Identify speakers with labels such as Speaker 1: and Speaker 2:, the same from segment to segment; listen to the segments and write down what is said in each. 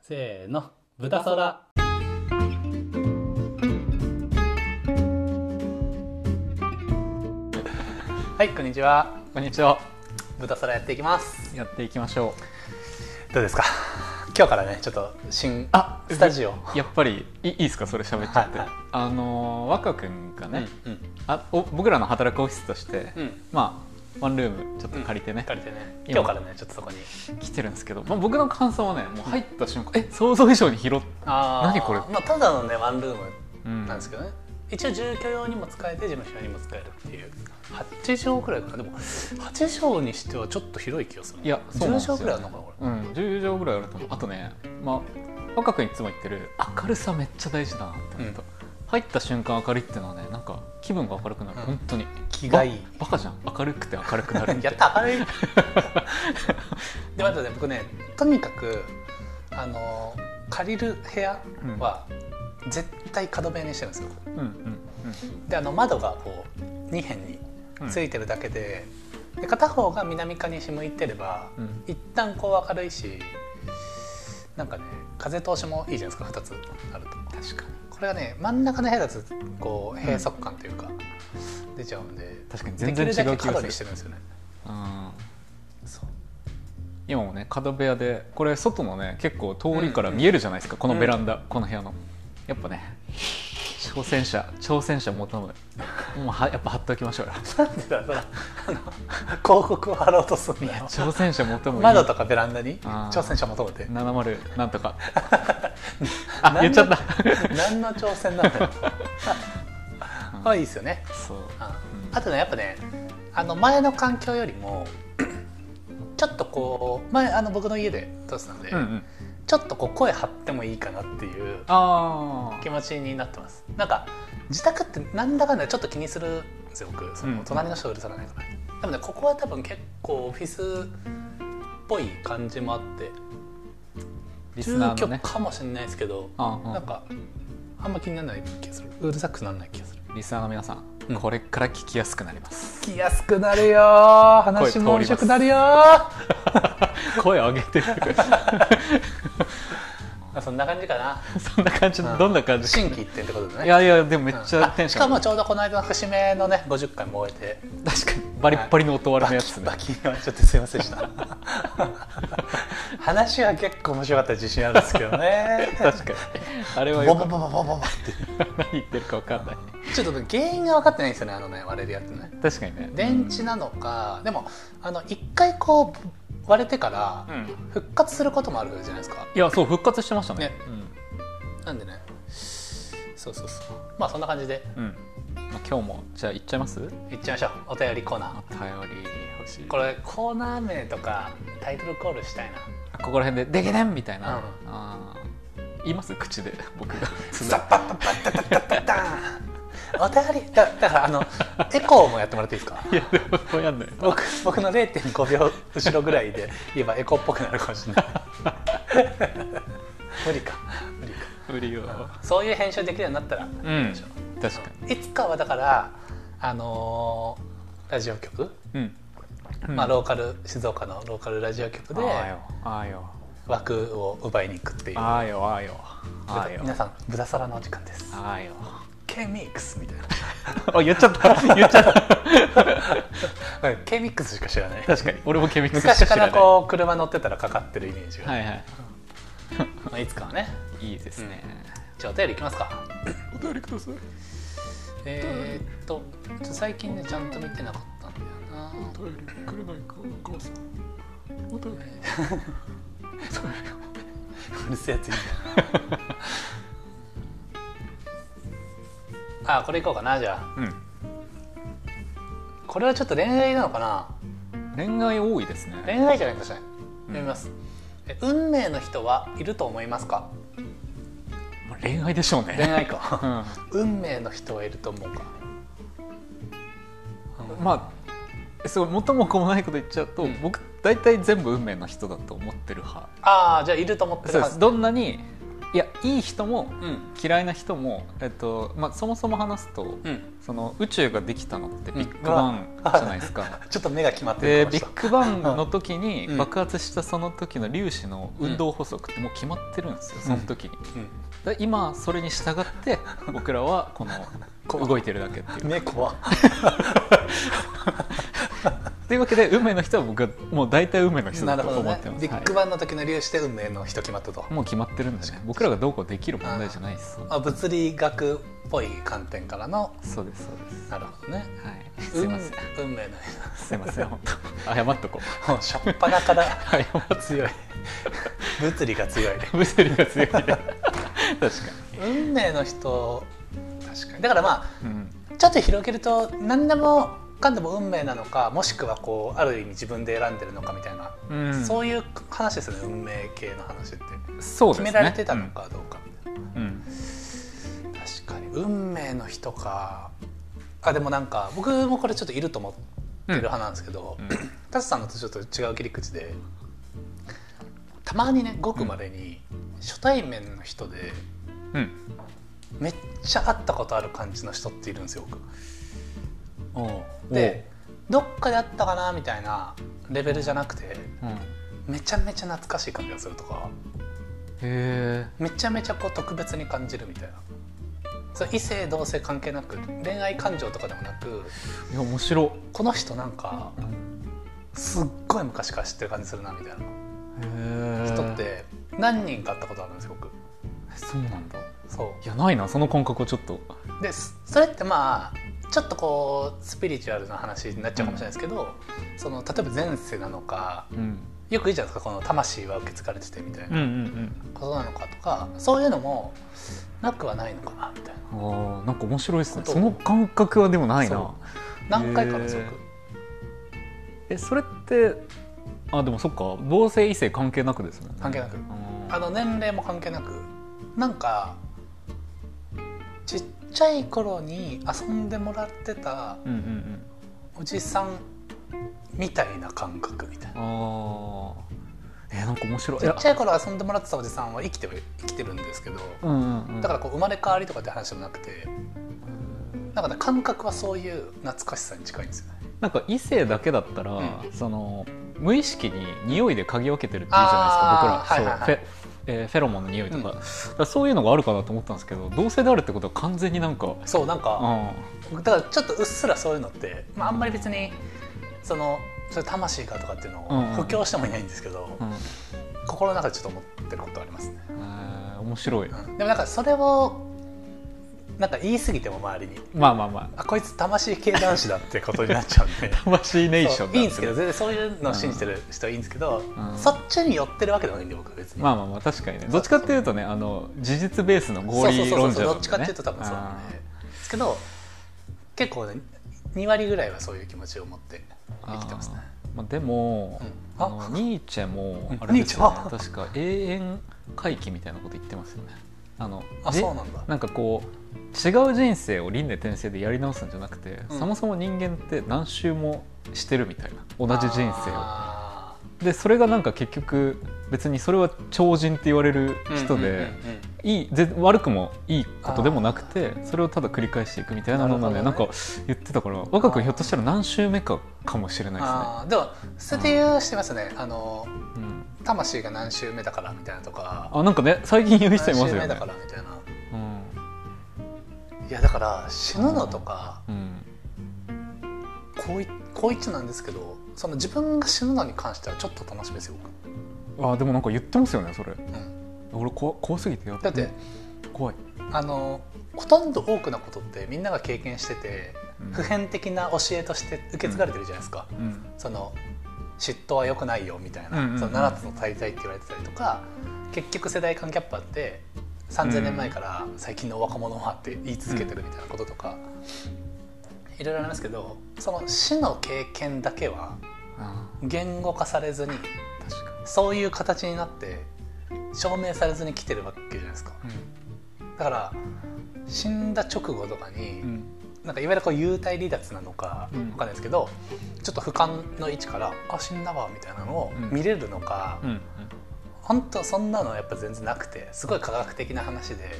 Speaker 1: せーの豚そらはいこんにちは
Speaker 2: こんにちは。
Speaker 1: 豚そらやっていきます
Speaker 2: やっていきましょ
Speaker 1: どうですか今日からねちょっと新
Speaker 2: あ
Speaker 1: スタジオ
Speaker 2: う。やっぱりいいいですかそれ喋っちゃって。
Speaker 1: はいはい
Speaker 2: あのー若くんがね、
Speaker 1: うん
Speaker 2: あお僕らの働くオフィスとして、
Speaker 1: うん
Speaker 2: まあワンルームちょっと借りてね、
Speaker 1: 借りてね
Speaker 2: 今
Speaker 1: 今日からねちょっとそこに
Speaker 2: 来てるんですけど、まあ僕の感想はねもう入った瞬間、え想像以上に広っ。
Speaker 1: あー
Speaker 2: 何これ
Speaker 1: まあただのねワンルーム
Speaker 2: うん
Speaker 1: なんですけどね、一応住居用にも使えて事務所用にも使えるっていう8畳くらいかなでも8畳にしてはちょっと広い気がする
Speaker 2: いやそうなんですよ
Speaker 1: 10畳くらいあるのかなこ
Speaker 2: うん10畳ぐらいあると思う。あとねまあ若くんいつも言ってる明るさめっちゃ大事だなって思った。
Speaker 1: う
Speaker 2: 入った瞬間明るいっていうのはねなんか気分が明るくなる、
Speaker 1: うん
Speaker 2: 本当に
Speaker 1: 気がいい
Speaker 2: ババカじゃん明るくて明るくなる
Speaker 1: れやった 明るいであとね僕ねとにかくあの借りる部屋は絶対角部屋にしてるんですよ
Speaker 2: うんうんうん
Speaker 1: であの窓がこう2辺についてるだけで,、で片方が南か西向いてれば、
Speaker 2: うん
Speaker 1: 一旦こう明るいしなんかね風通しもいいじゃないですか2つあると
Speaker 2: 確かに
Speaker 1: これがね真ん中の部屋だとこう閉塞感というか、出ちゃうんで
Speaker 2: 確かに
Speaker 1: で
Speaker 2: 全
Speaker 1: き
Speaker 2: 然違
Speaker 1: る
Speaker 2: う気
Speaker 1: だけ
Speaker 2: がする
Speaker 1: 角にしてるんですよね
Speaker 2: うん
Speaker 1: そう
Speaker 2: 今もね角部屋でこれ外のね結構通りから見えるじゃないですか、このベランダ、この部屋のやっぱね挑戦者挑戦者求むもうはやっぱ貼っておきましょうよ
Speaker 1: なんでだろうなあの広告を貼ろうとするんだよ
Speaker 2: 挑戦者求む
Speaker 1: 窓とかベランダに
Speaker 2: あー
Speaker 1: 挑戦者求めて
Speaker 2: 70なん とかあ言っちゃった
Speaker 1: 何の挑戦なんだ よはいいいですよね
Speaker 2: そう
Speaker 1: あ
Speaker 2: うん
Speaker 1: あとねやっぱねあの前の環境よりもちょっとこう前あの僕の家で撮ってたので、
Speaker 2: うんうん
Speaker 1: ちょっとこう声張ってもいいかなっていう
Speaker 2: あ
Speaker 1: 気持ちになってますなんか自宅ってなんだかんだちょっと気にするんですよ僕そ
Speaker 2: うんう
Speaker 1: の
Speaker 2: ん
Speaker 1: 隣の人うるさくないから、でもねここは多分結構オフィスっぽい感じもあって
Speaker 2: リス
Speaker 1: 住
Speaker 2: ナー
Speaker 1: 居
Speaker 2: のね
Speaker 1: かもしれないですけど、
Speaker 2: ああ
Speaker 1: なんかあんま気にならない気がするうるさくならない気がする
Speaker 2: リスナーの皆さん、
Speaker 1: うん
Speaker 2: これから聞きやすくなります
Speaker 1: 聞きやすくなるよー話も面白くなるよー
Speaker 2: 声上げ てる
Speaker 1: まあそんな感じかな。
Speaker 2: そんな感じ、どんな感じ
Speaker 1: 新規一点ってことでね。
Speaker 2: いやいやでもめっちゃ
Speaker 1: あ
Speaker 2: テンシ
Speaker 1: し
Speaker 2: ョン
Speaker 1: か
Speaker 2: 上が
Speaker 1: も
Speaker 2: る
Speaker 1: ちょうどこの間の節目のね50回も終えて
Speaker 2: 確かにバリッバリの音割れのやつね
Speaker 1: バキバキはちょっとすいませんでした 話は結構面白かった自信あるんですけどね
Speaker 2: 確かにあれは
Speaker 1: ボ
Speaker 2: よ
Speaker 1: ボ
Speaker 2: く
Speaker 1: ボボボボボって
Speaker 2: 何言ってるか分かんない
Speaker 1: ちょっとね原因が分かってないんですよねあのね割れるやつね
Speaker 2: 確かにね
Speaker 1: 電池なのかでもあの一回こう割れてか
Speaker 2: う
Speaker 1: ら
Speaker 2: ん
Speaker 1: 復活することもあるじゃないですか
Speaker 2: いやそう復活してましたね
Speaker 1: ねなんでねそうそうそうまあそんな感じで
Speaker 2: うん、うんまあ、今日もじゃあ行っちゃいますお便
Speaker 1: いっちゃいましょうお便りコーナー
Speaker 2: り欲しい
Speaker 1: これコーナー名とかタイトルコールしたいな
Speaker 2: ここら辺で「でけねん!」みたい
Speaker 1: う
Speaker 2: な、
Speaker 1: ん
Speaker 2: あー言います口で僕が
Speaker 1: ザッパッパッパッタッタッタッタンお便りだだからあのエコーもやってもらっていいですか
Speaker 2: いやでもこうやんのよ
Speaker 1: 僕僕の0.5秒後ろぐらいで言えばエコーっぽくなるかもしれない無理か無理か
Speaker 2: 無理よ
Speaker 1: そういう編集できるようになったら
Speaker 2: うん確か
Speaker 1: いつかはだからあのーラジオ局、
Speaker 2: にうん、うん
Speaker 1: まあローカル静岡のローカルラジオ局で
Speaker 2: あーよあーよ
Speaker 1: 枠を奪いに行くっていう
Speaker 2: あーよあーよあーよ
Speaker 1: 皆さん「ブダサラ」のお時間です
Speaker 2: あーよ
Speaker 1: K-MIX みたいな
Speaker 2: あ言っちゃった 言っちゃった
Speaker 1: K-MIX しか知らない
Speaker 2: 確かに俺もケミックス
Speaker 1: 昔から
Speaker 2: う
Speaker 1: こう車乗ってたらかかってるイメージが、
Speaker 2: はいいはい
Speaker 1: まあ、いつかはね
Speaker 2: いいですね。
Speaker 1: じゃあお便りいきますか
Speaker 2: お便りください。
Speaker 1: えー、っとちょっと最近ねちゃんと見てなかったんだよな
Speaker 2: 便りくれないか、お母さん。お便り。
Speaker 1: うるせえやついいんだ あこれいこうかなじゃあこれはちょっと恋愛なのかな
Speaker 2: うん。恋愛多いですね。
Speaker 1: 恋愛じゃないかもしれない読みます、え運命の人はいると思いますか
Speaker 2: もう恋愛でしょう
Speaker 1: 恋
Speaker 2: ね。
Speaker 1: 愛
Speaker 2: う
Speaker 1: か
Speaker 2: ん。
Speaker 1: 運命の人はいると思うか
Speaker 2: まあ。えすごい元も子もないこと言っちゃうと、
Speaker 1: うん
Speaker 2: 僕大体全部運命の人だと思ってる派
Speaker 1: ああじゃあいると思って
Speaker 2: そ
Speaker 1: る
Speaker 2: う
Speaker 1: は
Speaker 2: です
Speaker 1: ず
Speaker 2: どんなにいやいい人も
Speaker 1: うん
Speaker 2: 嫌いな人も、えっとまあ、そもそも話すと、
Speaker 1: うん
Speaker 2: その宇宙ができたのって
Speaker 1: うん
Speaker 2: ビッグバンじゃないですか。
Speaker 1: ちょっと目が決まって
Speaker 2: で
Speaker 1: る
Speaker 2: ビッグバンの時に
Speaker 1: うん
Speaker 2: 爆発したその時の粒子の運動法則ってもう決まってるんですよその時に、で今それに 従って僕らはこの動いてるだけっていう
Speaker 1: 目怖
Speaker 2: というわけで運命の人は僕はもう大体運命の人
Speaker 1: な
Speaker 2: だ
Speaker 1: る
Speaker 2: と
Speaker 1: ほど
Speaker 2: 思っ
Speaker 1: ね
Speaker 2: てます、
Speaker 1: ビッグ
Speaker 2: は
Speaker 1: バンの時の粒子で運命の人決まったと
Speaker 2: いもう決まってるんでね僕らがどうこうできる問題じゃないです
Speaker 1: あ物理学っぽい観点からの
Speaker 2: そうですそうです
Speaker 1: なるほどね
Speaker 2: はいすいません
Speaker 1: 運運命の
Speaker 2: すい ません本当謝っとこう
Speaker 1: 人もう初っ端から
Speaker 2: 謝っ
Speaker 1: 強い物理が強い
Speaker 2: 物理が強い確か
Speaker 1: 運命の人確かにだからま
Speaker 2: に、うん、
Speaker 1: あちょっと広げると何でもかんでも運命なのかもしくはこうある意味自分で選んでるのかみたいな、
Speaker 2: うん
Speaker 1: そういう話ですよね運命系の話って、
Speaker 2: そうで
Speaker 1: 決
Speaker 2: すね
Speaker 1: められてたのかどうかみたいな。
Speaker 2: うん、うん
Speaker 1: 確かに運命の人かあでもなんか僕もこれちょっといると思ってる派なんですけど、
Speaker 2: うん
Speaker 1: タスさんのとちょっと違う切り口でたまにねごくまれに初対面の人で
Speaker 2: うん
Speaker 1: めっちゃ会ったことある感じの人っているんですよ僕。でどっかで会ったかなみたいなレベルじゃなくて
Speaker 2: おううん、へ
Speaker 1: めちゃめちゃ懐かしい感じがするとか
Speaker 2: え
Speaker 1: めちゃめちゃこう特別に感じるみたいなそう異性同性関係なく恋愛感情とかでもなく
Speaker 2: いや面白い
Speaker 1: この人なんかすっごい昔から知ってる感じするなみたい
Speaker 2: へえ
Speaker 1: な人って何人か会ったことあるんですよ僕
Speaker 2: そうなんだ
Speaker 1: そ
Speaker 2: いやないなその感覚はちょっと
Speaker 1: うでそそれってまあちょっとこうスピリチュアルな話になっちゃうかもしれないですけど、その例えば前世なのか
Speaker 2: うん
Speaker 1: よくいいじゃないですかこの魂は受け継がれててみたい
Speaker 2: うんう
Speaker 1: なんことなのかとか、そういうのもなくはないのかなみたいな
Speaker 2: うんあーなんか面白いですね
Speaker 1: こと
Speaker 2: その感覚はでもないな
Speaker 1: そ何回かです
Speaker 2: へ
Speaker 1: よ
Speaker 2: ー
Speaker 1: 僕
Speaker 2: えそれってあでもそっか同性異性関係なくですもんね
Speaker 1: 関係なくあ
Speaker 2: あ
Speaker 1: の年齢も関係なくなんかちっちゃい頃に遊んでもらってた
Speaker 2: ーうんうんうん
Speaker 1: おじさんみたいな感覚みたいな
Speaker 2: あーえなんか面白いい
Speaker 1: ち
Speaker 2: や
Speaker 1: っちゃい頃遊んでもらってたおじさんは生きてる生きてるんですけど
Speaker 2: うんうんうん
Speaker 1: だからこう生まれ変わりとかって話でもなくてなんかね感覚はそういう懐かしさに近いんですよね
Speaker 2: なんか異性だけだったら、
Speaker 1: うん
Speaker 2: その無意識に匂いで嗅ぎ分けてるっていうじゃ
Speaker 1: あ
Speaker 2: な
Speaker 1: ー
Speaker 2: いですか僕ら、
Speaker 1: はいはいはい
Speaker 2: そうフェえーフェロモンの匂いとか,、
Speaker 1: うん
Speaker 2: だからそういうのがあるかなと思ったんですけど同性であるってことは完全になんか、
Speaker 1: そうなん
Speaker 2: う
Speaker 1: かだ
Speaker 2: ん、
Speaker 1: からちょっとうっすらそういうのって、まあ、あんまり別にそのそれ魂かとかっていうの
Speaker 2: うんうん
Speaker 1: を布教してもいないんですけど、
Speaker 2: うんえ
Speaker 1: 心の中でちょっと思ってることはありますね、
Speaker 2: ー面白
Speaker 1: う
Speaker 2: い、
Speaker 1: んでもなんかそれをなんか言い過ぎても周りに
Speaker 2: まあまあまあ
Speaker 1: あこいつ魂系男子だってことになっちゃ うんで
Speaker 2: 魂ネーシ
Speaker 1: そ
Speaker 2: ョ
Speaker 1: う
Speaker 2: ン
Speaker 1: いいんですけど全然そういうのを信じてる人はいいんですけど、
Speaker 2: ん
Speaker 1: そっちに寄ってるわけでもないんで僕は別に、
Speaker 2: まあまあまあ確かにねどっちかっていうとねあの事実ベースの合理
Speaker 1: そうそう
Speaker 2: 論
Speaker 1: そうそ
Speaker 2: 者
Speaker 1: う
Speaker 2: だ
Speaker 1: どっちかっていうと多分そうなんでですけど結構ね2割ぐらいはそういう気持ちを持って生きてますね
Speaker 2: あーまあ、でも、
Speaker 1: うん
Speaker 2: あ
Speaker 1: あ
Speaker 2: のニーチェもあれですよ、ね
Speaker 1: ニー、チェ
Speaker 2: 確か永遠回帰みたいなこと言ってますよねあの
Speaker 1: あ
Speaker 2: じ
Speaker 1: そうなんだ
Speaker 2: なんかこう違う人生を輪廻転生でやり直すんじゃなくて、
Speaker 1: うん
Speaker 2: そもそも人間って何周もしてるみたいな同じ人生を
Speaker 1: あ
Speaker 2: でそれがなんか結局別にそれは超人って言われる
Speaker 1: ー
Speaker 2: 人で、
Speaker 1: うんうんうんうん
Speaker 2: いいぜ悪くもいいことでもなくてそれをただ繰り返していくみたいなのがね
Speaker 1: なる
Speaker 2: なん
Speaker 1: ほど
Speaker 2: か言ってたから若君ひょっとしたら何周目かかもしれないですね。
Speaker 1: あーでもそれで言うしてますねあの
Speaker 2: うん
Speaker 1: 魂が何週目だからみたいなとか
Speaker 2: あなんかね最近言う
Speaker 1: 何
Speaker 2: 人います
Speaker 1: 週
Speaker 2: よ
Speaker 1: 目だ
Speaker 2: ね
Speaker 1: か。らみたいな
Speaker 2: うん
Speaker 1: いやだから死ぬのとか
Speaker 2: うん
Speaker 1: 高一高一なんですけどその自分が死ぬのに関してはちょっと楽しみですよ
Speaker 2: あでもなんか言ってますよねそれ。
Speaker 1: 僕、うん、
Speaker 2: 俺怖怖すぎてや
Speaker 1: だって
Speaker 2: 怖い。
Speaker 1: あのほとんど多くのことってみんなが経験してて
Speaker 2: うん
Speaker 1: 普遍的な教えとして受け継がれてるじゃないですか、
Speaker 2: うん
Speaker 1: その嫉妬は良くないよみたいな、
Speaker 2: うんうんうん
Speaker 1: その7つの大罪って言われてたりとか結局世代間ギャップあって3,000年前から最近の若者はって言い続けてるみたいなこととか、いろいろありますけどその死の経験だけは
Speaker 2: あ
Speaker 1: 言語化されずに
Speaker 2: ー確か
Speaker 1: そういう形になって証明されずに来てるわけじゃないですか。
Speaker 2: に。
Speaker 1: だから死んだ直後とかに、
Speaker 2: うん
Speaker 1: なんかいわゆるこう幽体離脱なのか
Speaker 2: うん
Speaker 1: 分かんないですけど、ちょっと俯瞰の位置から「あ死んだわ」みたいなのを
Speaker 2: うん
Speaker 1: 見れるのか、
Speaker 2: うん
Speaker 1: 本当そんなのやっぱ全然なくてすごい科学的な話で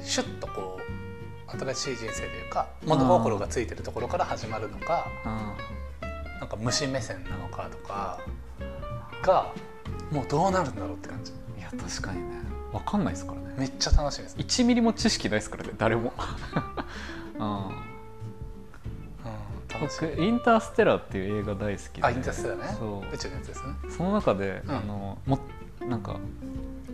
Speaker 1: シュッとこう新しい人生というか物心がついてるところから始まるのか
Speaker 2: あ
Speaker 1: なんか虫目線なのかとかがもうどうなるんだろうって感じ
Speaker 2: ーいや確かにねわかんないですからね
Speaker 1: めっちゃ楽しみです、
Speaker 2: 1ミリも知識ないですからね 誰もうん
Speaker 1: うん、楽し
Speaker 2: 僕「インターステラー」っていう映画大好き
Speaker 1: み
Speaker 2: で
Speaker 1: あインターステラーね
Speaker 2: そう
Speaker 1: 宇宙のやつですね
Speaker 2: その中で、
Speaker 1: うん
Speaker 2: あのもなんか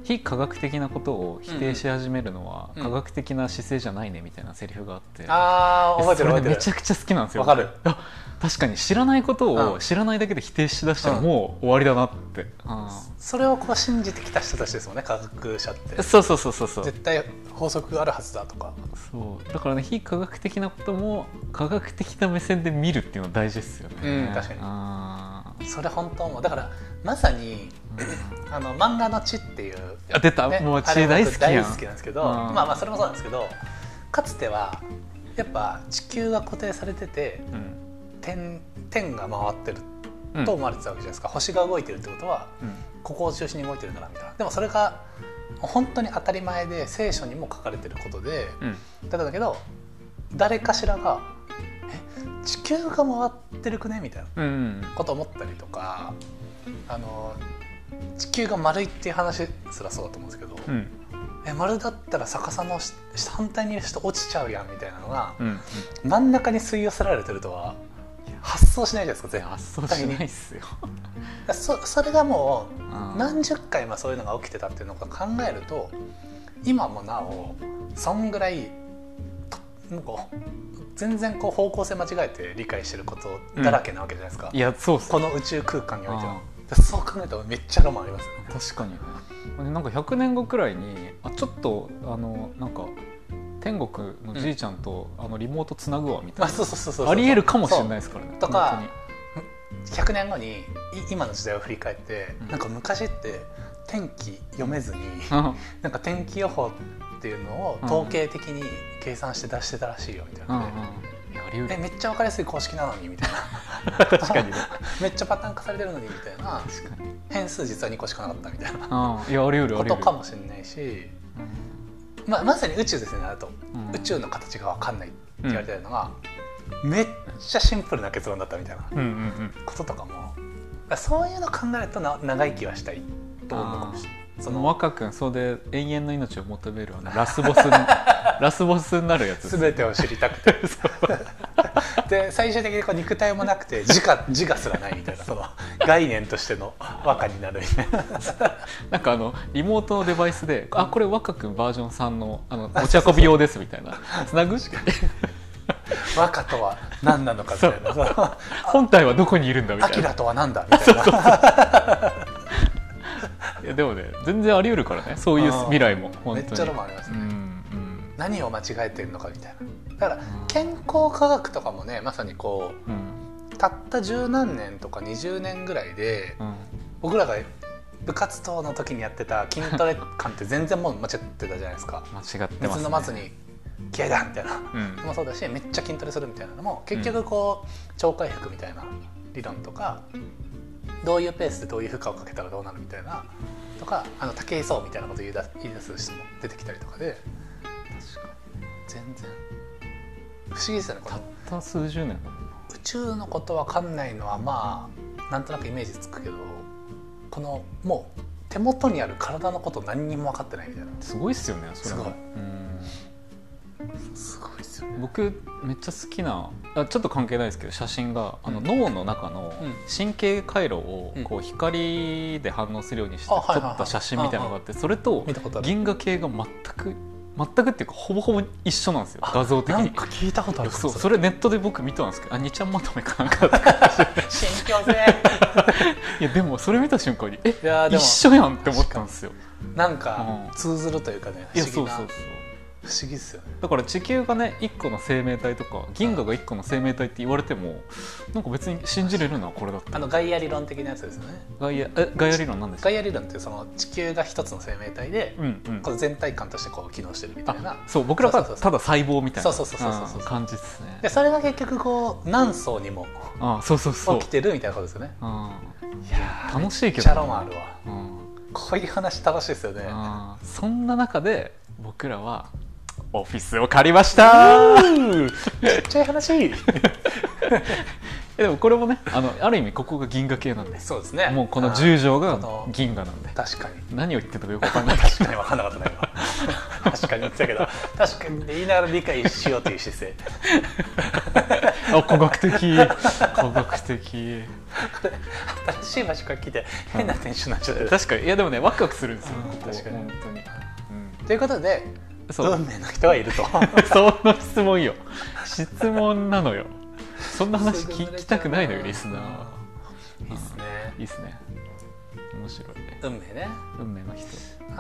Speaker 2: 非科学的なことを否定し始めるのは、
Speaker 1: うん
Speaker 2: 科学的な姿勢じゃないねみたいなセリフがあって、
Speaker 1: ああ覚えてる
Speaker 2: それ
Speaker 1: 覚え
Speaker 2: ね
Speaker 1: て
Speaker 2: め
Speaker 1: る
Speaker 2: ちゃくちゃ好きなんですよ
Speaker 1: わかる
Speaker 2: あ確かに知らないこと
Speaker 1: う
Speaker 2: を
Speaker 1: ん
Speaker 2: 知らないだけで否定しだしたら
Speaker 1: うん
Speaker 2: もう終わりだなって、う
Speaker 1: それをこう信じてきた人たちですもんね科学者って
Speaker 2: んそうそうそうそうそう
Speaker 1: 絶対法則があるはずだとか
Speaker 2: そうだからね非科学的なことも科学的な目線で見るっていうのは大事ですよね、
Speaker 1: うん確かに
Speaker 2: あ
Speaker 1: それ本当もうだからまさに
Speaker 2: ー、うん
Speaker 1: あの漫画の血っていう、
Speaker 2: あ出た、
Speaker 1: ね
Speaker 2: もう
Speaker 1: あれ
Speaker 2: 血大好きやん
Speaker 1: 僕大好きなんですけど、
Speaker 2: うん
Speaker 1: まあまあそれもそうなんですけどかつてはやっぱ地球が固定されてて
Speaker 2: うん
Speaker 1: 点点が回ってる
Speaker 2: うん
Speaker 1: と思われてたわけじゃないですか、星が動いてるってことは
Speaker 2: うん
Speaker 1: ここを中心に動いてるからみたいなでもそれが本当に当たり前で聖書にも書かれてることで
Speaker 2: うん
Speaker 1: だからだけど誰かしらが「え地球が回ってるくね?」みたいな
Speaker 2: うんうん
Speaker 1: こと思ったりとかあの地球が丸いっていう話すらそうだと思うんですけど、
Speaker 2: うん
Speaker 1: え丸だったら逆さのし反対にいる人落ちちゃうやんみたいなのが、
Speaker 2: うん
Speaker 1: 真ん中に吸い寄せられてるとは発想しないじゃないですか
Speaker 2: い
Speaker 1: 絶
Speaker 2: や
Speaker 1: 対
Speaker 2: 発想しないっすよ
Speaker 1: だそそれがもう
Speaker 2: 何
Speaker 1: 何十回もそういうのが起きてたっていうのを考えると今もなおそんぐらいとなんか全然こう方向性間違えて理解してることだらけなわけじゃないですか、
Speaker 2: いやそうっす
Speaker 1: こ
Speaker 2: よ
Speaker 1: の宇宙空間においては
Speaker 2: あ
Speaker 1: だからそう考えたらめっちゃロマンありますよね
Speaker 2: 確かにねなんか100年後くらいにあちょっとあのなんか天国のじいちゃんと、あのリモートつなぐわみた
Speaker 1: ま
Speaker 2: い
Speaker 1: あ、
Speaker 2: な
Speaker 1: そうそうそうそう
Speaker 2: ありえるかもしれない
Speaker 1: い
Speaker 2: ですからね
Speaker 1: とか
Speaker 2: 本
Speaker 1: 100年後にい今の時代を振り返って、
Speaker 2: うん
Speaker 1: なんか昔って天気読めずに、
Speaker 2: 当に
Speaker 1: なんか天気予報っていうのを統計的に計算して出してたらしいよみたい
Speaker 2: うんうん
Speaker 1: な、
Speaker 2: いやありう
Speaker 1: でえ
Speaker 2: る
Speaker 1: めっちゃ分かりやすい公式なのにみたいな
Speaker 2: 確かにね
Speaker 1: めっちゃパターン化されてるのにみたいな
Speaker 2: 確かに
Speaker 1: 変数実は2個しかなかったみたいな
Speaker 2: うんいやありうるあ
Speaker 1: こ
Speaker 2: りう
Speaker 1: と
Speaker 2: る
Speaker 1: かもしれないし、まあ、まさに宇宙ですねあと、
Speaker 2: うん
Speaker 1: 宇宙の形が分かんないって言われてるのが、めっちゃシンプルな結論だったみたいな
Speaker 2: うんうんうん
Speaker 1: こととかもだからそういうの考えるとな長生きはしたいと思うかもしれない
Speaker 2: そ
Speaker 1: そ
Speaker 2: の
Speaker 1: の
Speaker 2: 若君そうで永遠の命を求めるあのラスボ スにラスボスになるやつ
Speaker 1: 全てを知りたくて で最終的にこう肉体もなくて自我自我すらないみたいなその概念としての若になるみたいな
Speaker 2: なんかあのリモートのデバイスで「あこれ若君バージョン3のあの持ち運び用です」みたいなつなぐしか
Speaker 1: 若とは何なのかみたいなその
Speaker 2: 本体はどこにいるんだみ
Speaker 1: ア
Speaker 2: た
Speaker 1: キ
Speaker 2: いな
Speaker 1: ラとは何だみたいな
Speaker 2: いやでもね全然あり得るからねそういう
Speaker 1: あー
Speaker 2: 未来も本当
Speaker 1: め
Speaker 2: に
Speaker 1: っちゃロマンあります
Speaker 2: う
Speaker 1: ね、
Speaker 2: んうん
Speaker 1: 何を間違えてるのかみたいなだから健康科学とかもねまさにこう
Speaker 2: うん
Speaker 1: たった十何年とか20年ぐらいで
Speaker 2: うん
Speaker 1: 僕らが部活動の時にやってた筋トレ感って全然もう間違ってたじゃないですか
Speaker 2: 間違ってま
Speaker 1: 別
Speaker 2: す、ね、
Speaker 1: のまずに気合だみたいな
Speaker 2: うん
Speaker 1: のもそうだしめっちゃ筋トレするみたいなのも結局こう超回復みたいな理論とかどういうペースでどういう負荷をかけたらどうなるみたいなとかあの竹井壮みたいなこと言い出す言い出す人も出てきたりとかで全然不思議ですよねこ
Speaker 2: た
Speaker 1: の
Speaker 2: った数十年だもん
Speaker 1: 宇宙のことわかんないのはまあなんとなくイメージつくけどこのもう手元にある体のこと何にも分かってないみたいな
Speaker 2: すごいっすよねそれも
Speaker 1: すごい
Speaker 2: うん
Speaker 1: すごいですよね
Speaker 2: 僕めっちゃ好きなあちょっと関係ないですけど写真があの
Speaker 1: うん
Speaker 2: 脳の中の
Speaker 1: うん
Speaker 2: 神経回路を
Speaker 1: うん
Speaker 2: こう光で反応するようにして
Speaker 1: あ
Speaker 2: 撮
Speaker 1: はいはいはい
Speaker 2: った写真みたいなのがあってそれと
Speaker 1: 見たことある
Speaker 2: 銀河系が全く全くっていうかほぼほぼ一緒なんですよ画像的
Speaker 1: なん
Speaker 2: に。
Speaker 1: か聞いたことある
Speaker 2: そう
Speaker 1: れ
Speaker 2: それネットで僕見たんですけどあ2ちゃんまとめかなんかだったか
Speaker 1: 信憑性
Speaker 2: いやでもそれ見た瞬間にえ
Speaker 1: いやーで
Speaker 2: 一
Speaker 1: も
Speaker 2: 緒やんって思ったんですよ
Speaker 1: なん
Speaker 2: う
Speaker 1: か
Speaker 2: ん
Speaker 1: 通ずるというかね不
Speaker 2: いや
Speaker 1: 思議
Speaker 2: そう
Speaker 1: な
Speaker 2: そうそう
Speaker 1: 不思議ですよね
Speaker 2: だから地球がね1個の生命体とか銀河が1個の生命体って言われてもなんか別に信じれるのはこれだった
Speaker 1: あのガイア理論的なやつですよね
Speaker 2: ガイアえガイア理論なんですか
Speaker 1: ガイア理論っていうその地球が一つの生命体で、
Speaker 2: うんうん
Speaker 1: この全体感としてこう機能してるみたいな
Speaker 2: あそう僕ら
Speaker 1: そ
Speaker 2: が
Speaker 1: うそうそう
Speaker 2: ただ細胞みたいな
Speaker 1: そうそうそうそうそう
Speaker 2: うん感じです
Speaker 1: で
Speaker 2: ね
Speaker 1: それが結局こう何層にも
Speaker 2: あそうそうそう
Speaker 1: 起きてるみたいなことですよね
Speaker 2: うん楽しい
Speaker 1: めっ
Speaker 2: け
Speaker 1: ち
Speaker 2: ど
Speaker 1: ゃロマンあるわ
Speaker 2: うん
Speaker 1: こういう話楽しいですよね
Speaker 2: うんそんな中で僕らはオフィスを借りました
Speaker 1: めっちゃいい 話
Speaker 2: えでもこれもねあのある意味ここが銀河系なんで
Speaker 1: そうですね
Speaker 2: もうこの10条
Speaker 1: あ
Speaker 2: が
Speaker 1: の
Speaker 2: 銀河なんで
Speaker 1: 確かに
Speaker 2: 何を言ってたかよくわかんない
Speaker 1: 確かに分かんなかったね今 確かに言ってたけど確かにって言いながら理解しようという姿勢
Speaker 2: あ科学的科学的
Speaker 1: 新しい場所から聞いて変なテンションになっちゃった
Speaker 2: 確かにいやでもねワクワクするんですよ
Speaker 1: うん
Speaker 2: ここ
Speaker 1: 確かに
Speaker 2: 本当に、
Speaker 1: ということで
Speaker 2: うん、そう
Speaker 1: 運命の人はいると
Speaker 2: その質問よ質問なのよそんな話聞きたくないのよリスナーはい
Speaker 1: いっすね
Speaker 2: いいっすね面白いね
Speaker 1: 運命ね
Speaker 2: 運命の人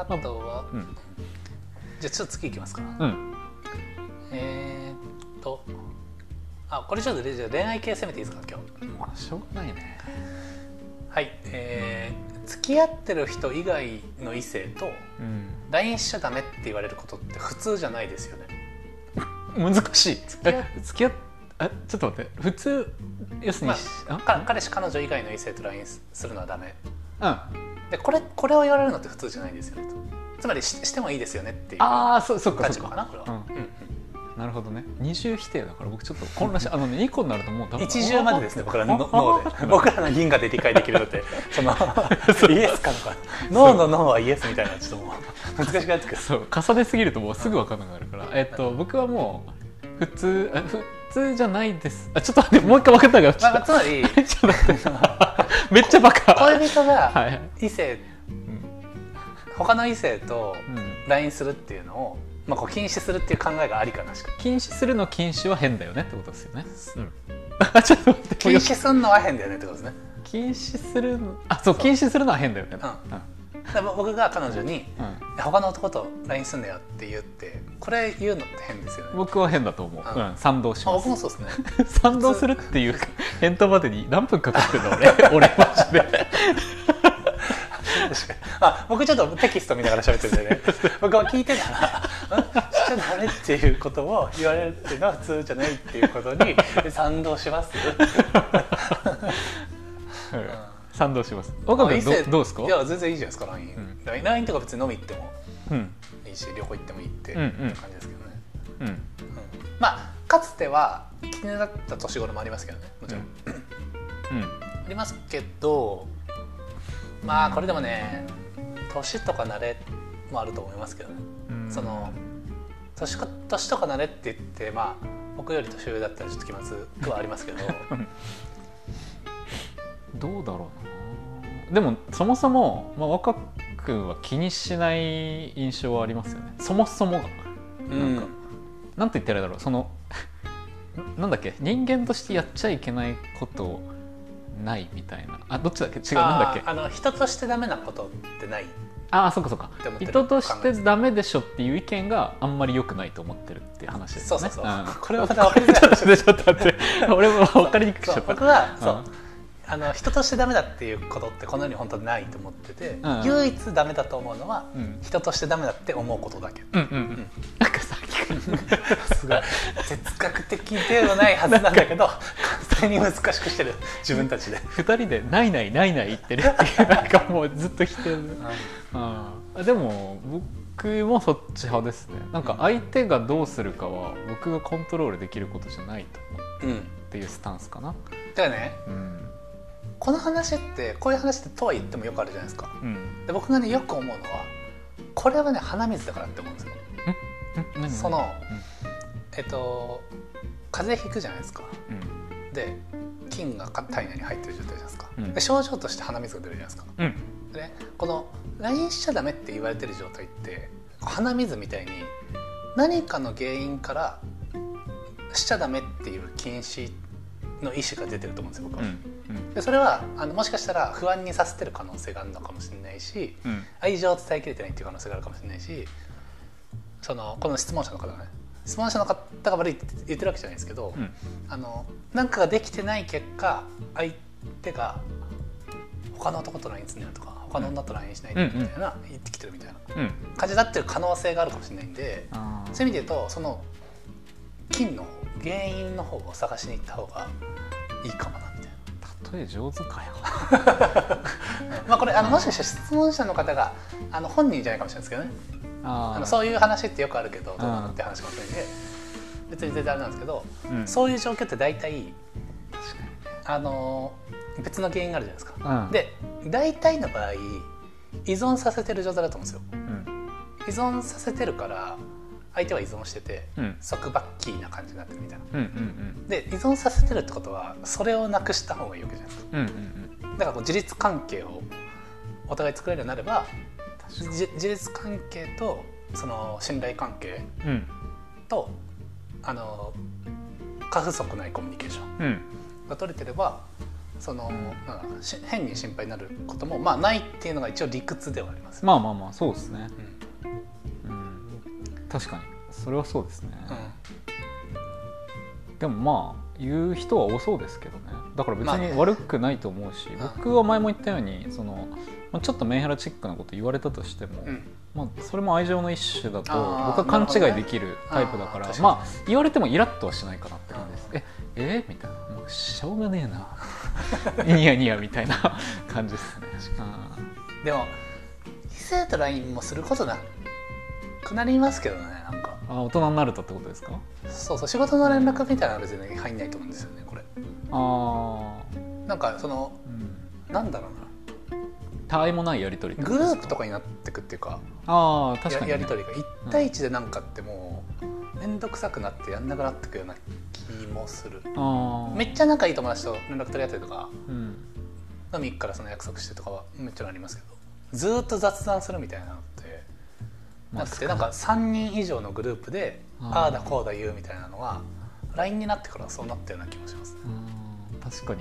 Speaker 1: あとは
Speaker 2: うん
Speaker 1: じゃあちょっと次いきますか
Speaker 2: うん
Speaker 1: えーっとあこれちょっとじゃあ恋愛系攻めていいですか今日
Speaker 2: まあしょうがないね
Speaker 1: はいえー付き合ってる人以外の異性と
Speaker 2: うん
Speaker 1: LINE しちゃダメって言われることって普通じゃないですよね
Speaker 2: 難しい
Speaker 1: 付き合
Speaker 2: え付き合っえちょっと待って普通要する
Speaker 1: ま
Speaker 2: に、
Speaker 1: あ、か彼氏彼女以外の異性と LINE するのはダメ
Speaker 2: あうん
Speaker 1: でこれこれを言われるのって普通じゃないですよねとつまりししてもいいですよねっていう
Speaker 2: ああそそっか
Speaker 1: 立
Speaker 2: そっ
Speaker 1: 場
Speaker 2: か
Speaker 1: かなこれは、
Speaker 2: うんなるほどね二重否定だから僕ちょっと混 乱しあのね2個になるともう多分
Speaker 1: 一重までですね僕らの の脳で僕らの銀河で理解できるのって そのイエスかのか脳の脳はイエスみたいなちょっともう難しくなってくる
Speaker 2: そう重ねすぎるともうすぐ分かんなくなるから、えっと僕はもう普通あ普通じゃないですあちょっと待ってもう一回分かんなくなっちゃ
Speaker 1: ま
Speaker 2: っ
Speaker 1: あ、つま り
Speaker 2: たちょっと待って めっちゃバカ
Speaker 1: 恋人
Speaker 2: は
Speaker 1: が
Speaker 2: い、
Speaker 1: 異性
Speaker 2: うん
Speaker 1: 他の異性と
Speaker 2: うん、
Speaker 1: LINE するっていうのを、まあ、こう禁止するっていう考えがありかなしか
Speaker 2: 禁止するの禁止は変だよねってことですよね、うん、あ ちょっと待って
Speaker 1: 禁止すんのは変だよねってことですね
Speaker 2: 禁止するのあそう禁止するのは変だよね
Speaker 1: うんだから僕が彼女に
Speaker 2: うんうん
Speaker 1: 他の男と LINE すんだよって言ってこれ言うのって変ですよね
Speaker 2: 僕は変だと思う、
Speaker 1: う
Speaker 2: うんん、賛同し
Speaker 1: あ
Speaker 2: ま
Speaker 1: 僕
Speaker 2: す
Speaker 1: もそうですね
Speaker 2: 賛同するっていう返答までに何分かかってるの俺 俺マジで
Speaker 1: 確かにあ僕ちょっとテキスト見ながら喋ってるんで ね僕は聞いてたらうんしちゃダメっていうことを言われるっていうのは普通じゃないっていうこと に賛同します
Speaker 2: うん賛同します岡
Speaker 1: あ
Speaker 2: 部
Speaker 1: 伊
Speaker 2: 君
Speaker 1: 勢
Speaker 2: どどうですか
Speaker 1: いや全然いいじゃないですか LINE、
Speaker 2: うん
Speaker 1: LINE とか別に飲み行っても
Speaker 2: うん
Speaker 1: いいし旅行行ってもいいって
Speaker 2: うんうん
Speaker 1: って感じですけどね、
Speaker 2: うん
Speaker 1: うんまあかつては気になった年頃もありますけどねもちろん、
Speaker 2: うん
Speaker 1: ありますけどまあこれでもね年とか慣れもあると思いますけどね
Speaker 2: うん
Speaker 1: その年か年とか慣れって言ってまあ僕より年上だったらちょっと気まずくはありますけ ど
Speaker 2: どうだろうなでもそもそも、まあ、若くんは気にしない印象はありますよねそもそもが
Speaker 1: うん
Speaker 2: なんかなんて言ったらいいだろうその なんだっけ人間としてやっちゃいけないことないみたいなあどっちだっけ違うなんだっけ
Speaker 1: あーあの人としてダメなことってない
Speaker 2: ああそっかそっか
Speaker 1: て思ってる
Speaker 2: 人としてダメでしょっていう意見があんまり良くないと思ってるっていう話です
Speaker 1: そう
Speaker 2: よ
Speaker 1: そ
Speaker 2: ね
Speaker 1: うそう、
Speaker 2: ん
Speaker 1: これはまた分かりづ
Speaker 2: ちょ
Speaker 1: ら
Speaker 2: っ
Speaker 1: い
Speaker 2: と待ってちょっと待って俺も分かりにくくしちゃ
Speaker 1: そう
Speaker 2: った
Speaker 1: 僕はそう、
Speaker 2: うん
Speaker 1: あの人としてダメだっていうことってこの世に本当にないと思ってて、
Speaker 2: ん
Speaker 1: 唯一ダメだと思うのは、
Speaker 2: うん
Speaker 1: 人としてダメだって思うことだけ
Speaker 2: うんうんうんなんかさっきから
Speaker 1: すごい哲学的ではないはずなんだけど完全に難しくしてる自分たちで、
Speaker 2: 2人で「ないないないない」言ってるっていうなんかもうずっと否定ああでも僕もそっち派ですねなんか相手がどうするかは僕がコントロールできることじゃないと思う
Speaker 1: うん、
Speaker 2: っていうスタンスかな
Speaker 1: だからね
Speaker 2: うん
Speaker 1: この話ってこういう話ってとは言ってもよくあるじゃないですか
Speaker 2: うん
Speaker 1: で僕がねよく思うのはこれはね鼻水だからって思うんですよ、
Speaker 2: 何
Speaker 1: そのえっと風邪ひくじゃないですか
Speaker 2: うん
Speaker 1: で菌が体内に入ってる状態じゃないですか、
Speaker 2: うん
Speaker 1: で症状として鼻水が出るじゃないですか
Speaker 2: うん
Speaker 1: でねこの LINE しちゃダメって言われてる状態って鼻水みたいに何かの原因からしちゃダメっていう禁止の意思が出てると思うんですよ僕は、
Speaker 2: うんうん
Speaker 1: でそれはあのもしかしたら不安にさせてる可能性があるのかもしれないし
Speaker 2: うん
Speaker 1: 愛情を伝えきれてないっていう可能性があるかもしれないしそのこの質問者の方がね質問者の方が悪いって言ってるわけじゃないですけど、
Speaker 2: うん
Speaker 1: あのなんかができてない結果相手が他の男と LINE すんなよとか他の女と LINE しないでみたいな、言ってきてるみたいな
Speaker 2: うん
Speaker 1: 感じだってる可能性があるかもしれないんで
Speaker 2: あー
Speaker 1: そういう意味で言うとその金の方原因の方を探しに行った方がいいかもなみたいな
Speaker 2: 例え上手かよ
Speaker 1: まあこれあのもしかしたら質問者の方があの本人じゃないかもしれないですけどね
Speaker 2: あ
Speaker 1: あ
Speaker 2: ー
Speaker 1: のそういう話ってよくあるけどどうなのって話かもしれないんで別に全然あれなんですけど、
Speaker 2: うん
Speaker 1: そういう状況って大体
Speaker 2: 確か
Speaker 1: あの別の原因があるじゃないですか。
Speaker 2: にう
Speaker 1: で
Speaker 2: ん、
Speaker 1: 大体の場合依存させてる状態だと思うんですよ。
Speaker 2: うん
Speaker 1: 依存させてるから相手は依存してて
Speaker 2: うん
Speaker 1: 束縛キーな感じになってるみたいな。
Speaker 2: うんうん
Speaker 1: で依存させてるってことはそれをなくした方がいいわけじゃないですか。
Speaker 2: うんうんうん
Speaker 1: だからこう自立関係をお互い作れるようになれば
Speaker 2: 確かに
Speaker 1: 自自立関係とその信頼関係
Speaker 2: うん
Speaker 1: とあの過不足ないコミュニケーション
Speaker 2: うん
Speaker 1: が取れてればそのなんだし変に心配になることもまあないっていうのが一応理屈ではあります、
Speaker 2: まあまあまあそうですね
Speaker 1: うん
Speaker 2: うん確かにそれはそうですね、
Speaker 1: う
Speaker 2: でもまあ言う人は多そうですけどねだから別
Speaker 1: まあね
Speaker 2: に悪くないと思うし、
Speaker 1: うん
Speaker 2: 僕は前も言ったようにそのまあちょっとメンヘラチックなこと言われたとしても、
Speaker 1: んうん
Speaker 2: まあ、それも愛情の一種だと
Speaker 1: あー
Speaker 2: 僕は勘違いできるタイプだか
Speaker 1: な
Speaker 2: ら、
Speaker 1: るほどねあー確かに
Speaker 2: まあ言われてもイラッとはしないかなって感じです
Speaker 1: う
Speaker 2: ええみたいなもうしょうがねえな ニヤニヤみたいな 感じですねあ
Speaker 1: でも異性と LINE もすることなくなりますけどねなんか
Speaker 2: ーあ大人になるとってことですか
Speaker 1: そうそう仕事の連絡みたいなのは別に入んないと思うんですよねこれ
Speaker 2: あー、
Speaker 1: なんかその
Speaker 2: うん、
Speaker 1: なんだろう
Speaker 2: 他愛もないやり取りっ
Speaker 1: な
Speaker 2: て
Speaker 1: グ
Speaker 2: こと
Speaker 1: ル
Speaker 2: で
Speaker 1: ープ
Speaker 2: すか
Speaker 1: とかになってくっていうか
Speaker 2: ああ確
Speaker 1: や
Speaker 2: かに、ね、
Speaker 1: やり取りが1対1でなんかってもう面倒くさくなってやんなくなってくような気もする
Speaker 2: ああ
Speaker 1: めっちゃ仲いい友達と連絡取り合ったりとか
Speaker 2: うん
Speaker 1: 飲み行くからその約束してとかはめっちゃありますけどずーっと雑談するみたいなのって
Speaker 2: ま
Speaker 1: な
Speaker 2: あ
Speaker 1: くてなんか3人以上のグループで
Speaker 2: あー
Speaker 1: ああだこうだ言うみたいなのは LINE になってからはそうなったような気もしますね
Speaker 2: うん確かに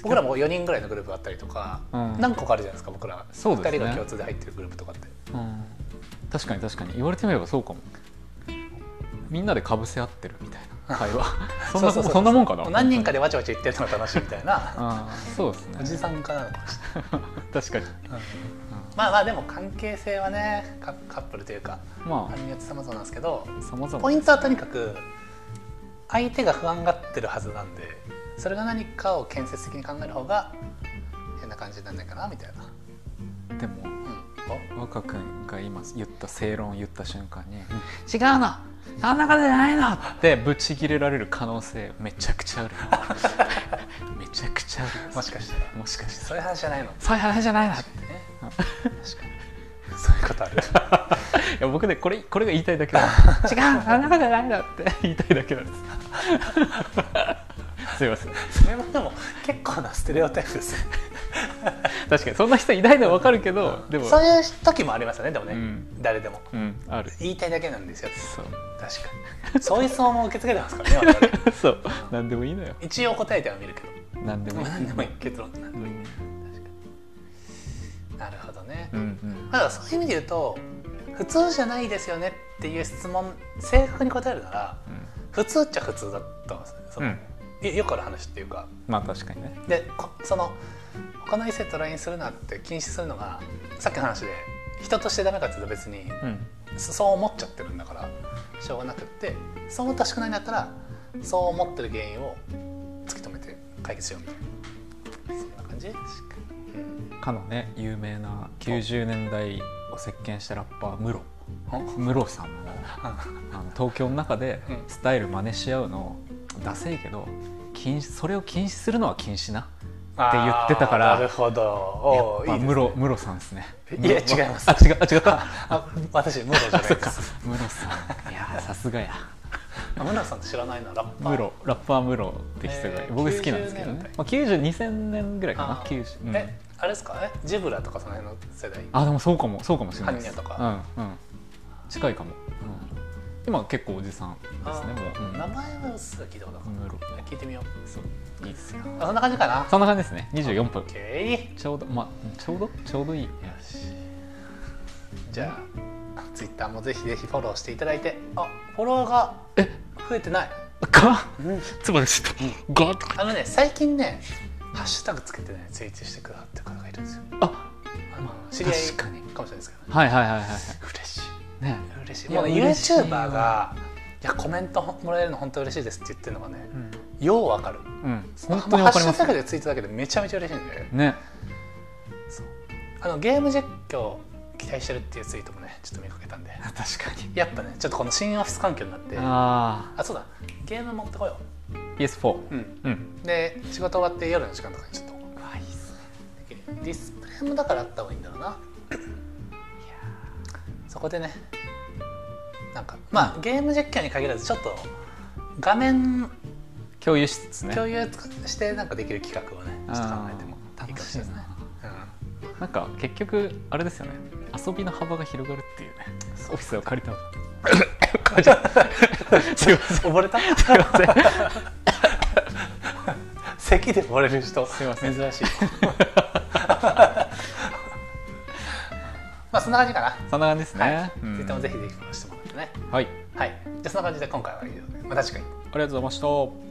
Speaker 1: 僕らも4人ぐらいのグループがあったりとか
Speaker 2: うん
Speaker 1: 何個かあるじゃないですか僕ら
Speaker 2: そうですね
Speaker 1: 2人が共通で入ってるグループとかって
Speaker 2: うん確かに確かに言われてみればそうかもみんなでかぶせ合ってるみたいな 会話そんな
Speaker 1: うううう
Speaker 2: そんなもんかな
Speaker 1: 何人かでわちゃわちゃ言ってるのが楽しいみたいな
Speaker 2: あーそうですね
Speaker 1: おじさんかなのかもしれない
Speaker 2: 確かに、
Speaker 1: まあまあでも関係性はねカカップルというか
Speaker 2: うんま
Speaker 1: あれによって様々なんですけど
Speaker 2: あさまざま
Speaker 1: ポイントはとにかく相手が不安がってるはずなんでそれが何かを建設的に考える方が変な感じにならないかなみたいな、
Speaker 2: でも
Speaker 1: うん、
Speaker 2: 若君が今言った正論を言った瞬間に「違うのあんなことじゃないの!」ってブチ切れられる可能性めちゃく ちゃあるめちゃくちゃある
Speaker 1: おもしかしたら
Speaker 2: もしかして
Speaker 1: そういう話じゃないのね
Speaker 2: そういう話じゃ ないな
Speaker 1: 確かにそういうこと ある
Speaker 2: いや僕ねこれこれが言いたいだけだ違うあんなことないだって 言いたいだけなんですすいません
Speaker 1: それはでも結構なステレオタイプですね
Speaker 2: 確かにそんな人いないのはわかるけどでも
Speaker 1: そういう時もありますよねでもね、
Speaker 2: うん
Speaker 1: 誰でも
Speaker 2: うんある
Speaker 1: 言いたいだけなんですよ
Speaker 2: そう
Speaker 1: 確かにそういう相も受け付けてますからね我々
Speaker 2: そう何でもいいのよ
Speaker 1: 一応答えては見るけど
Speaker 2: 何でもいい
Speaker 1: 何でもいい結論なんで
Speaker 2: う
Speaker 1: もいい
Speaker 2: ん
Speaker 1: 確かになるほどね、
Speaker 2: うんうん
Speaker 1: まあだからそういう意味で言うと普通じゃないですよねっていう質問正確に答えるなら普通っちゃ普通だと思うんですよねその
Speaker 2: うん
Speaker 1: いよくある話っていうか
Speaker 2: まあ確かにね
Speaker 1: でこその他の異性と LINE するなって禁止するのがさっきの話で人としてダメかって言うと別に
Speaker 2: うん
Speaker 1: そそう思っちゃってるんだからしょうがなくってそう思ってほしくないんだったらそう思ってる原因を突き止めて解決しようみたいなそんな感じうん
Speaker 2: かのね有名な90年代を席巻したラッパームロ
Speaker 1: ほん
Speaker 2: ムロさんもあの東京の中で
Speaker 1: うん
Speaker 2: スタイル真似し合うのダセいけど禁止それを禁止するのは禁止なって言ってたから
Speaker 1: あーなるほど
Speaker 2: や
Speaker 1: お
Speaker 2: っ
Speaker 1: ーいいですね
Speaker 2: ぱムロムロさんですね
Speaker 1: いや違います
Speaker 2: あ違うあ 違った
Speaker 1: あ私ムロじゃない
Speaker 2: そっ
Speaker 1: で
Speaker 2: か
Speaker 1: す
Speaker 2: ムロさんいやーさすがや
Speaker 1: あムロさんって知らないのはラッパー
Speaker 2: ムロラッパームロって人が
Speaker 1: えー
Speaker 2: 僕好きなんですけどね
Speaker 1: 90
Speaker 2: まあ92000年ぐらいかな
Speaker 1: あー
Speaker 2: 90うん
Speaker 1: えあれですかえジブラとかその辺の世代
Speaker 2: あでもそうかもそうかもしれないです
Speaker 1: 般若とか
Speaker 2: うんうん近いかもうん今結構おじさんですねもう
Speaker 1: 名前はうっすら聞いたことあ
Speaker 2: うんムロ
Speaker 1: る聞いてみよう
Speaker 2: そういいですよ
Speaker 1: あそんな感じかな
Speaker 2: そんな感じですね24分
Speaker 1: OK
Speaker 2: ちょうどまあちょうどちょうどいいよし
Speaker 1: じゃあツイッターもぜひぜひフォローしていただいてあフォロワーが
Speaker 2: え
Speaker 1: 増えてない
Speaker 2: かつまりちょっとガーッと
Speaker 1: あのね最近ねハッシュタグつけてねツイートしてくださってる方がいるんですよ
Speaker 2: あ
Speaker 1: あの知り合い
Speaker 2: 確かに
Speaker 1: かもしれないですけどね
Speaker 2: はいはいはいはいは
Speaker 1: 嬉しい
Speaker 2: いね
Speaker 1: 嬉しい
Speaker 2: いや
Speaker 1: もうね
Speaker 2: 嬉しいわ
Speaker 1: YouTuber がいやコメントもらえるの本当嬉しいですって言ってるのがね、
Speaker 2: うん
Speaker 1: ようわかる
Speaker 2: うん本当にわ
Speaker 1: ハッ
Speaker 2: かりま
Speaker 1: シュ
Speaker 2: す
Speaker 1: タグでついただけでめちゃめちゃ嬉しいんで
Speaker 2: ね
Speaker 1: あのゲーム実況期待してるっていうツイートもねちょっと見かけたんで
Speaker 2: 確かに
Speaker 1: やっぱねちょっとこの新オフィス環境になってあ
Speaker 2: あ
Speaker 1: そうだゲーム持ってこよ
Speaker 2: あ PS4
Speaker 1: う、うん、
Speaker 2: うん
Speaker 1: で仕事終わって夜の時間とかにちょっと
Speaker 2: わいいっすね
Speaker 1: ディスプレイもだからあった方がいいんだろうなそこでねなんかまあゲーム実況に限らずちょっと画面
Speaker 2: 共有しつつね
Speaker 1: 共有してなんかできる企画をねちょっと考えても
Speaker 2: あー
Speaker 1: いいかもしれないですね
Speaker 2: 楽なんか結局あれですよね遊びの幅が広がるっていうねオフィスを借りた すいません
Speaker 1: うん溺れた
Speaker 2: すいません
Speaker 1: 咳で溺れる人
Speaker 2: すいません
Speaker 1: 珍しい まあそんな感じかな
Speaker 2: そんな感じですね、
Speaker 1: はい、
Speaker 2: うん
Speaker 1: ツイッターもぜひぜひフォローしてもらってね
Speaker 2: はい
Speaker 1: はいじゃあそんな感じで今回は以上で、まあ、確かに
Speaker 2: ありがとうございました